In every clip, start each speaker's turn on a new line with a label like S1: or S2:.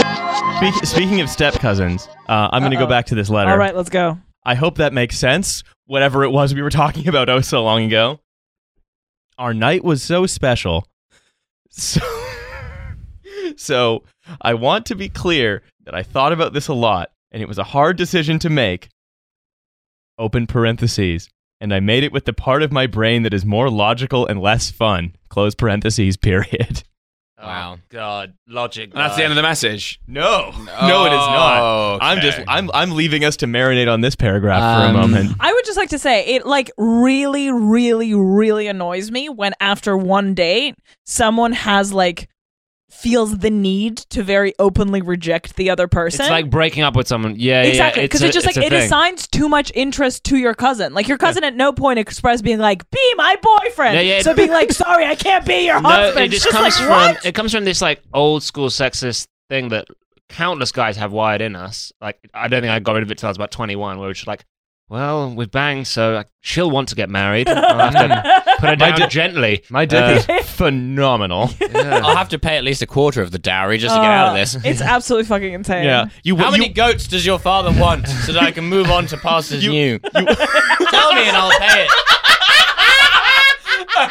S1: Spe- speaking of step cousins, uh, I'm going to go
S2: Uh-oh.
S1: back to this letter.
S2: All right, let's go.
S1: I hope that makes sense. Whatever it was we were talking about oh so long ago. Our night was so special. So, so I want to be clear that I thought about this a lot and it was a hard decision to make. Open parentheses. And I made it with the part of my brain that is more logical and less fun. Close parentheses, period.
S3: Wow.
S4: Oh, God, logic. Oh.
S3: And that's the end of the message.
S1: No. No, it is not. I'm just I'm I'm leaving us to marinate on this paragraph for a
S3: Um,
S1: moment.
S2: I would just like to say it like really, really, really annoys me when after one date someone has like feels the need to very openly reject the other person.
S4: It's like breaking up with someone. Yeah, yeah,
S2: Exactly,
S4: it's
S2: because
S4: a-
S2: it's just
S4: it's
S2: like
S4: a
S2: it
S4: thing.
S2: assigns too much interest to your cousin. Like your cousin at no point expressed being like, "Be my boyfriend."
S4: Yeah, yeah, it-
S2: so being like, "Sorry, I can't be your
S4: No,
S2: husband."
S4: it
S2: It's
S4: just comes
S2: like,
S4: from
S2: what?
S4: it comes from this like old school sexist thing that countless guys have wired in us. Like I don't think I got rid of it till I was about twenty one, where it's just like, well, we've banged, so like, she'll want to get married. I'll have to put
S1: My
S4: her down
S1: di-
S4: gently.
S1: My dick is phenomenal.
S3: Yeah.
S5: I'll have to pay at least a quarter of the dowry just to get out of
S2: Uh,
S5: this.
S2: It's absolutely fucking insane.
S1: Yeah. You
S5: How
S1: you-
S5: many goats does your father want so that I can move on to pastures
S1: You-
S5: new? Tell me and I'll pay it.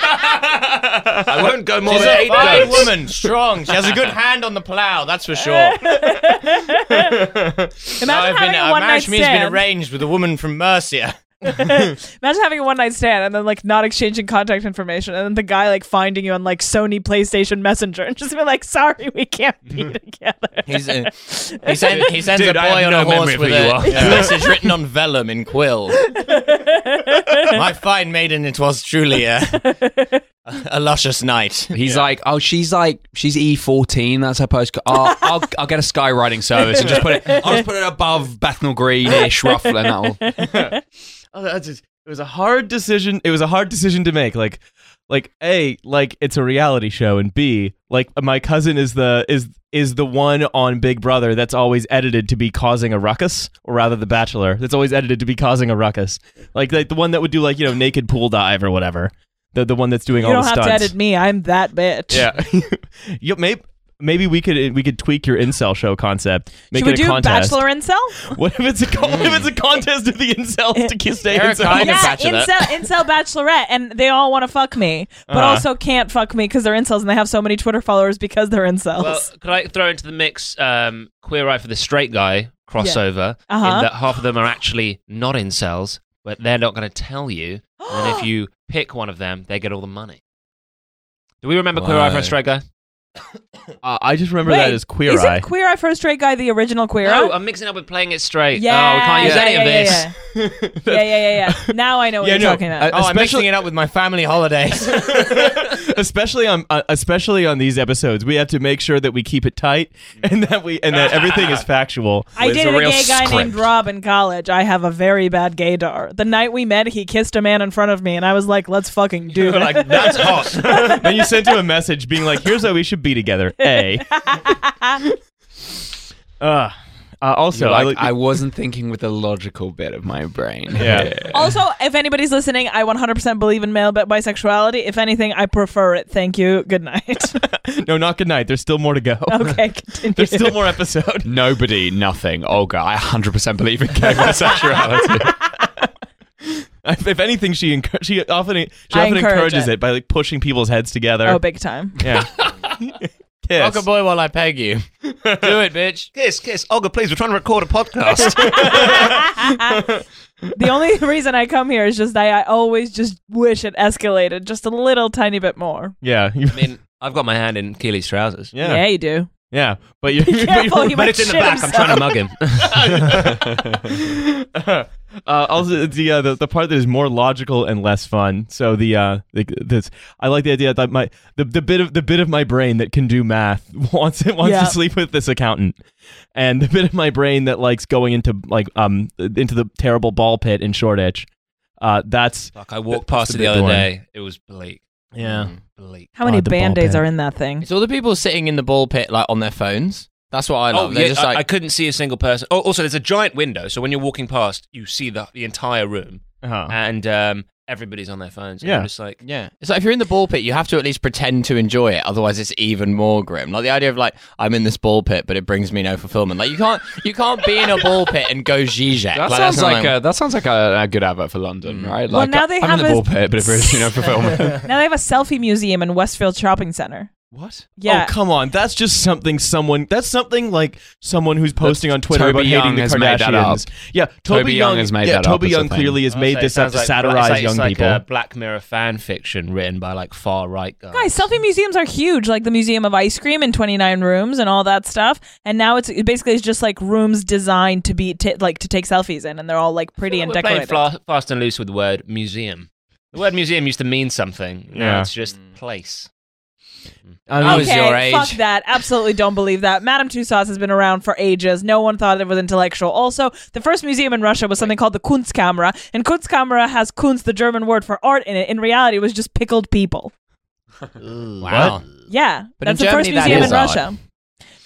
S4: I won't go more
S5: She's
S4: than
S5: a
S4: eight
S5: fine
S4: goats.
S5: woman, strong. She has a good hand on the plow, that's for sure. Now
S2: Imagine
S5: I've
S2: having
S5: been,
S2: a
S5: our
S2: one night
S5: marriage me's been
S2: stand.
S5: arranged with a woman from Mercia.
S2: Imagine having a one night stand and then like not exchanging contact information, and then the guy like finding you on like Sony PlayStation Messenger and just be like, "Sorry, we can't be
S1: Mm-hmm.
S2: together."
S5: He's, uh, he, send, he sends
S4: Dude,
S5: a
S4: I
S5: boy
S4: have
S5: on
S4: no
S5: a
S4: memory
S5: horse
S4: of
S5: with
S4: who you
S5: a,
S4: are.
S5: a message written on vellum in quill. My fine maiden, it was truly a, a luscious night.
S3: He's like, oh, she's like, she's E14. That's her postcode. I'll, I'll, I'll get a skywriting service and just put it. I'll just put it above Bethnal Greenish, roughly, and that'll.
S1: oh, that's just- it was a hard decision. It was a hard decision to make. Like, like a like it's a reality show, and b like my cousin is the is is the one on Big Brother that's always edited to be causing a ruckus, or rather, The Bachelor that's always edited to be causing a ruckus. Like, like the one that would do like you know naked pool dive or whatever. The the one that's doing
S2: you
S1: all
S2: don't
S1: the
S2: have
S1: stunts.
S2: to edit me. I'm that bitch.
S1: Yeah. you, maybe maybe we could we could tweak your incel show concept. Make
S2: Should we
S1: it a
S2: do
S1: contest.
S2: Bachelor Incel?
S1: What if it's a con- what if it's a contest of the incels to kiss stay
S5: Eric
S1: incel?
S5: Kyle-
S2: yeah,
S5: bachelorette.
S2: incel, incel bachelorette, and they all want to fuck me, but
S1: Uh-huh.
S2: also can't fuck me because they're incels and they have so many Twitter followers because they're incels.
S4: Well, could I throw into the mix um, Queer Eye for the Straight Guy crossover?
S2: Uh-huh.
S4: In that half of them are actually not in cells, but they're not going to tell you. and then if you pick one of them, they get all the money. Do we remember Queer Eye for
S5: Whoa.
S4: a Straight Guy?
S1: Uh, I just remember that
S2: Wait,
S1: as queer
S2: Isn't
S1: eye. Oh,
S2: Queer Eye for a Straight Guy the original Queer
S4: No,
S2: Eye?
S4: Oh, I'm mixing up with playing it straight.
S2: yeah,
S4: oh, we can't use
S2: yeah,
S4: any
S2: yeah,
S4: of this.
S2: Yeah, yeah, yeah, yeah, yeah. Now I know what
S1: Yeah,
S2: you're
S1: no,
S2: talking about.
S1: I-
S5: Oh, I'm
S1: Especially-
S5: mixing it up with my family holidays.
S1: especially on uh, especially on these episodes, we have to make sure that we keep it tight and that we and that everything is factual.
S2: I
S3: It's a
S2: dated a,
S3: real
S2: gay guy named
S3: script.
S2: Rob in college. I have a very bad gaydar. The night we met, he kissed a man in front of me, and I was like, "Let's fucking do it."
S1: like that's hot. then you sent him a message being like, "Here's how we should be together." A. uh, uh, also,
S3: You're
S1: I,
S3: like,
S1: look-
S3: I wasn't thinking with the logical bit of my brain.
S1: yeah.
S2: also, if anybody's listening, I 100% believe in male bi- bisexuality. If anything, I prefer it. Thank you. Good night.
S1: No, not good night. There's still more to go.
S2: okay, continue.
S1: There's still more episode.
S3: Nobody, nothing. Olga, I 100% believe in gay bisexuality.
S1: If if anything, she encour- she often she
S2: I
S1: often
S2: encourage
S1: encourages
S2: it.
S1: it. by like pushing people's heads together.
S2: oh, big time.
S1: Yeah. Kiss.
S5: Fuck a boy while I peg you. Do it, bitch.
S4: Kiss, kiss. Olga, please, we're trying to record a podcast.
S2: The only reason I come here is just that I always just wish it escalated just a little tiny bit more.
S1: Yeah. you-
S4: I mean, I've got my hand in Keely's trousers.
S1: yeah.
S2: yeah you do.
S1: Yeah, but you
S2: Be careful, you might
S4: But it's in the
S2: shit
S4: back. I'm
S2: himself.
S4: trying to mug him.
S1: uh, also the, uh, the the part that is more logical and less fun. So the uh the, this I like the idea that my the, the bit of the bit of my brain that can do math wants it wants
S2: Yeah.
S1: to sleep with this accountant, and the bit of my brain that likes going into like um into the terrible ball pit in Shoreditch. Uh, that's
S4: Like, I
S1: walked
S4: walked
S1: past
S4: past
S1: That's it the
S4: it
S1: a bit
S4: the other
S1: other boring.
S4: day. It was bleak.
S1: yeah.
S4: Bleak.
S2: How many
S1: Oh, the ball
S2: band aids
S1: pit.
S2: are in that thing?
S5: It's all the people sitting in the ball pit, like on their phones. That's what I
S4: Oh,
S5: love. They're
S4: yeah,
S5: just
S4: I,
S5: like,
S4: I couldn't see a single person. Oh, also, there's a giant window, so when you're walking past, you see the the entire room.
S1: Uh-huh.
S4: And um, everybody's on their phones.
S1: Yeah.
S4: Yeah, just like
S5: Yeah. It's like if you're in the ball pit, you have to at least pretend to enjoy it. Otherwise, it's even more grim. Like the idea of like I'm in this ball pit, but it brings me no fulfillment. Like you can't you can't be in a ball pit and go Zizek.
S3: That
S5: like,
S3: sounds
S5: that's not
S3: like a, that sounds like a, a good advert for London, right?
S2: Well,
S3: Like,
S2: now they
S3: I'm
S2: have
S3: in the
S2: a-
S3: ball pit, but it brings you no fulfillment.
S2: Now they have a selfie museum in Westfield Shopping Center.
S1: What?
S2: Yeah.
S1: Oh, come on. That's just something someone. That's something like someone who's posting on Twitter
S3: Toby
S1: about
S3: Young
S1: hating the
S3: has
S1: Kardashians.
S3: made that up.
S1: Yeah, Toby,
S3: Toby Young has made
S1: yeah,
S3: that up
S1: Toby
S3: as a
S1: Young
S3: thing.
S1: clearly has made
S4: Honestly, Oh, it
S1: this up
S4: sounds
S1: to
S4: like-
S1: satirize
S4: it's like,
S1: young
S4: it's like
S1: people.
S4: A Black Mirror fan fiction written by like far right guys.
S2: Guys, selfie museums are huge, like the Museum of Ice Cream and 29 rooms and all that stuff. And now it's it basically is just like rooms designed to be t- like to take selfies in, and they're all like pretty and
S4: We're playing
S2: decorated.
S4: fla- fast and loose with the word museum. The word museum used to mean something. Now
S1: Yeah.
S4: it's just
S2: Hmm.
S4: place.
S1: I
S5: I
S1: mean,
S5: was
S2: okay,
S5: your age.
S2: fuck that. Absolutely don't believe that. Madame Tussauds has been around for ages. No one thought it was intellectual. Also, the first museum in Russia was something called the Kunstkamera, and Kunstkamera has Kunst, the German word for art, in it. In reality, it was just pickled people.
S5: wow.
S2: Yeah,
S5: But
S2: that's
S5: in
S2: the first
S5: Germany, that
S2: museum
S5: is
S2: in
S5: art.
S2: Russia.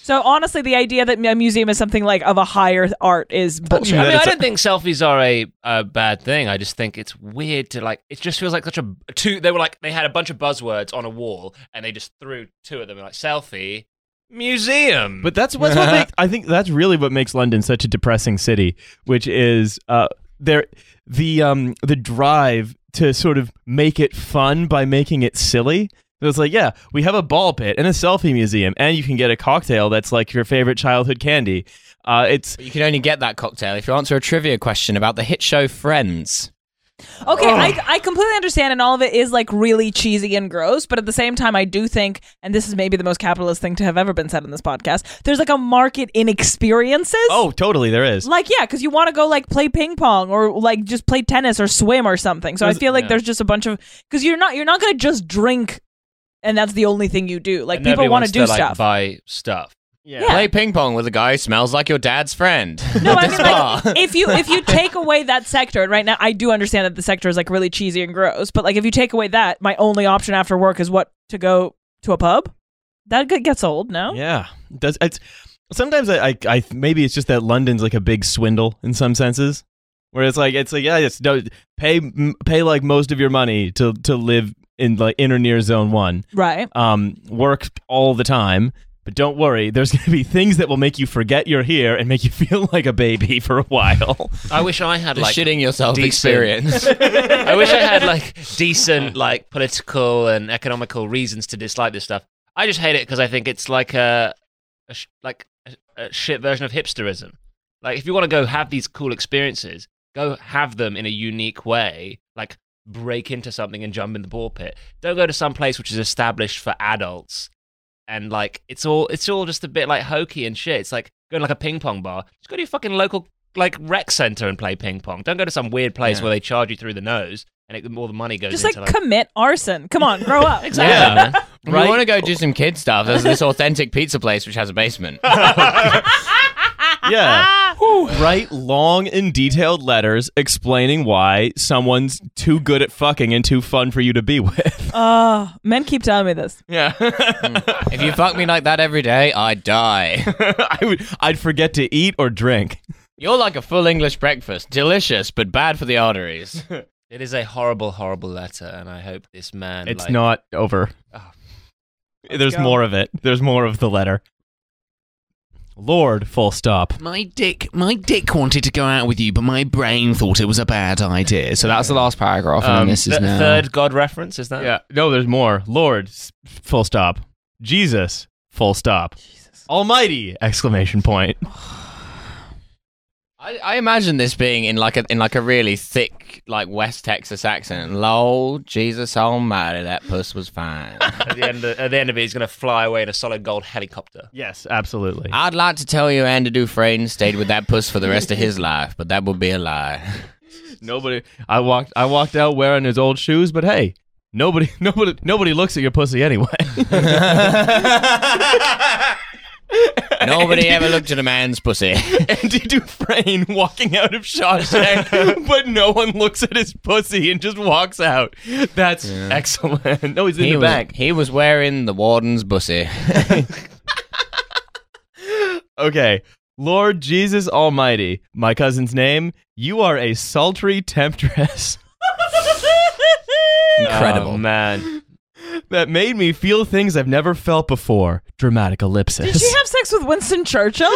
S2: So honestly, the idea that a museum is something like of a higher art is bullshit.
S4: I mean,
S1: it's
S4: I
S1: a-
S4: don't think selfies are a, a bad thing. I just think it's weird to like. It just feels like such a two. They were like they had a bunch of buzzwords on a wall, and they just threw two of them like selfie, museum.
S1: But that's what's what makes, I think that's really what makes London such a depressing city, which is uh there the um the drive to sort of make it fun by making it silly. It was like, yeah, we have a ball pit and a selfie museum, and you can get a cocktail that's like your favorite childhood candy. Uh, it's
S5: But you can only get that cocktail if you answer a trivia question about the hit show Friends.
S2: Okay, I, I completely understand, and all of it is like really cheesy and gross, but at the same time, I do think, and this is maybe the most capitalist thing to have ever been said in this podcast, there's like a market in experiences.
S1: oh, totally, there is.
S2: Like, yeah, because you want to go like play ping pong or like just play tennis or swim or something. So I feel like there's just a bunch of, because you're not, you're not going to just drink and that's the only thing you do. Like,
S4: And nobody
S2: people want
S4: wants
S2: to do
S4: like,
S2: stuff.
S4: buy stuff.
S2: Yeah.
S5: Play ping pong with a guy who smells like your dad's friend.
S2: No, I
S5: This
S2: mean
S5: bar.
S2: like if you if you take away that sector, and right now I do understand that the sector is like really cheesy and gross, but like if you take away that, my only option after work is what to go to a pub. That g- gets old, no?
S1: Yeah, does it's sometimes I, I I maybe it's just that London's like a big swindle in some senses, where it's like it's like yeah, it's no pay m- pay like most of your money to to live in like in or near zone one,
S2: Right.
S1: um, work all the time. But don't worry, there's going to be things that will make you forget you're here and make you feel like a baby for a while.
S4: I wish I had
S5: The
S4: like
S5: shitting yourself
S4: decent-
S5: experience.
S4: I wish I had like decent like political and economical reasons to dislike this stuff. I just hate it because I think it's like a, a sh- like a, a shit version of hipsterism. Like if you want to go have these cool experiences, go have them in a unique way. Like break into something and jump in the ball pit. Don't go to some place which is established for adults. And like it's all it's all just a bit like hokey and shit. It's like going to, like a ping pong bar. Just go to your fucking local like rec center and play ping pong. Don't go to some weird place
S5: Yeah.
S4: where they charge you through the nose and it, all the money goes
S2: Just like,
S4: into
S2: commit arson. Come on, grow up.
S4: exactly.
S5: Yeah.
S4: man.
S5: If You want to go do some kid stuff? There's this authentic pizza place which has a basement.
S1: yeah. Write long and detailed letters explaining why someone's too good at fucking and too fun for you to be with.
S2: Uh, men keep telling me this.
S1: Yeah.
S5: if you fuck me like that every day, I die.
S1: I would I'd forget to eat or drink.
S5: You're like a full English breakfast, delicious but bad for the arteries.
S4: It is a horrible, horrible letter, and I hope this man.
S1: It's
S4: like-
S1: not over.
S4: Oh.
S1: There's
S2: go.
S1: more of it. There's more of the letter. Lord, full stop.
S3: my dick, my dick wanted to go out with you, but my brain thought it was a bad idea. So that's the last paragraph, and
S1: Um,
S3: then this is
S4: the
S3: now.
S4: third God reference. Is that?
S1: Yeah. Uh, No, there's more. Lord, s- full stop. Jesus, full stop. Almighty! Exclamation point.
S5: I, I imagine this being in like a in like a really thick like West Texas accent. Lol, Jesus Almighty, that puss was fine.
S4: At the end, of, at the end of it, he's going to fly away in a solid gold helicopter.
S1: Yes, absolutely.
S5: I'd like to tell you Andy Dufresne stayed with that puss for the rest of his life, but that would be a lie.
S1: Nobody. I walked. I walked out wearing his old shoes, but hey, nobody. Nobody. Nobody looks at your pussy anyway.
S5: Nobody ever looked at a man's pussy.
S1: Andy Dufresne walking out of Shawshank, but no one looks at his pussy and just walks out. That's excellent. No, he's in
S5: He
S1: the
S5: was,
S1: back.
S5: he was wearing the warden's pussy.
S1: Okay. Lord Jesus Almighty, my cousin's name, you are a sultry temptress.
S5: Incredible.
S4: Oh, man.
S1: that made me feel things I've never felt before. Dramatic ellipsis.
S2: Did she have sex with Winston Churchill?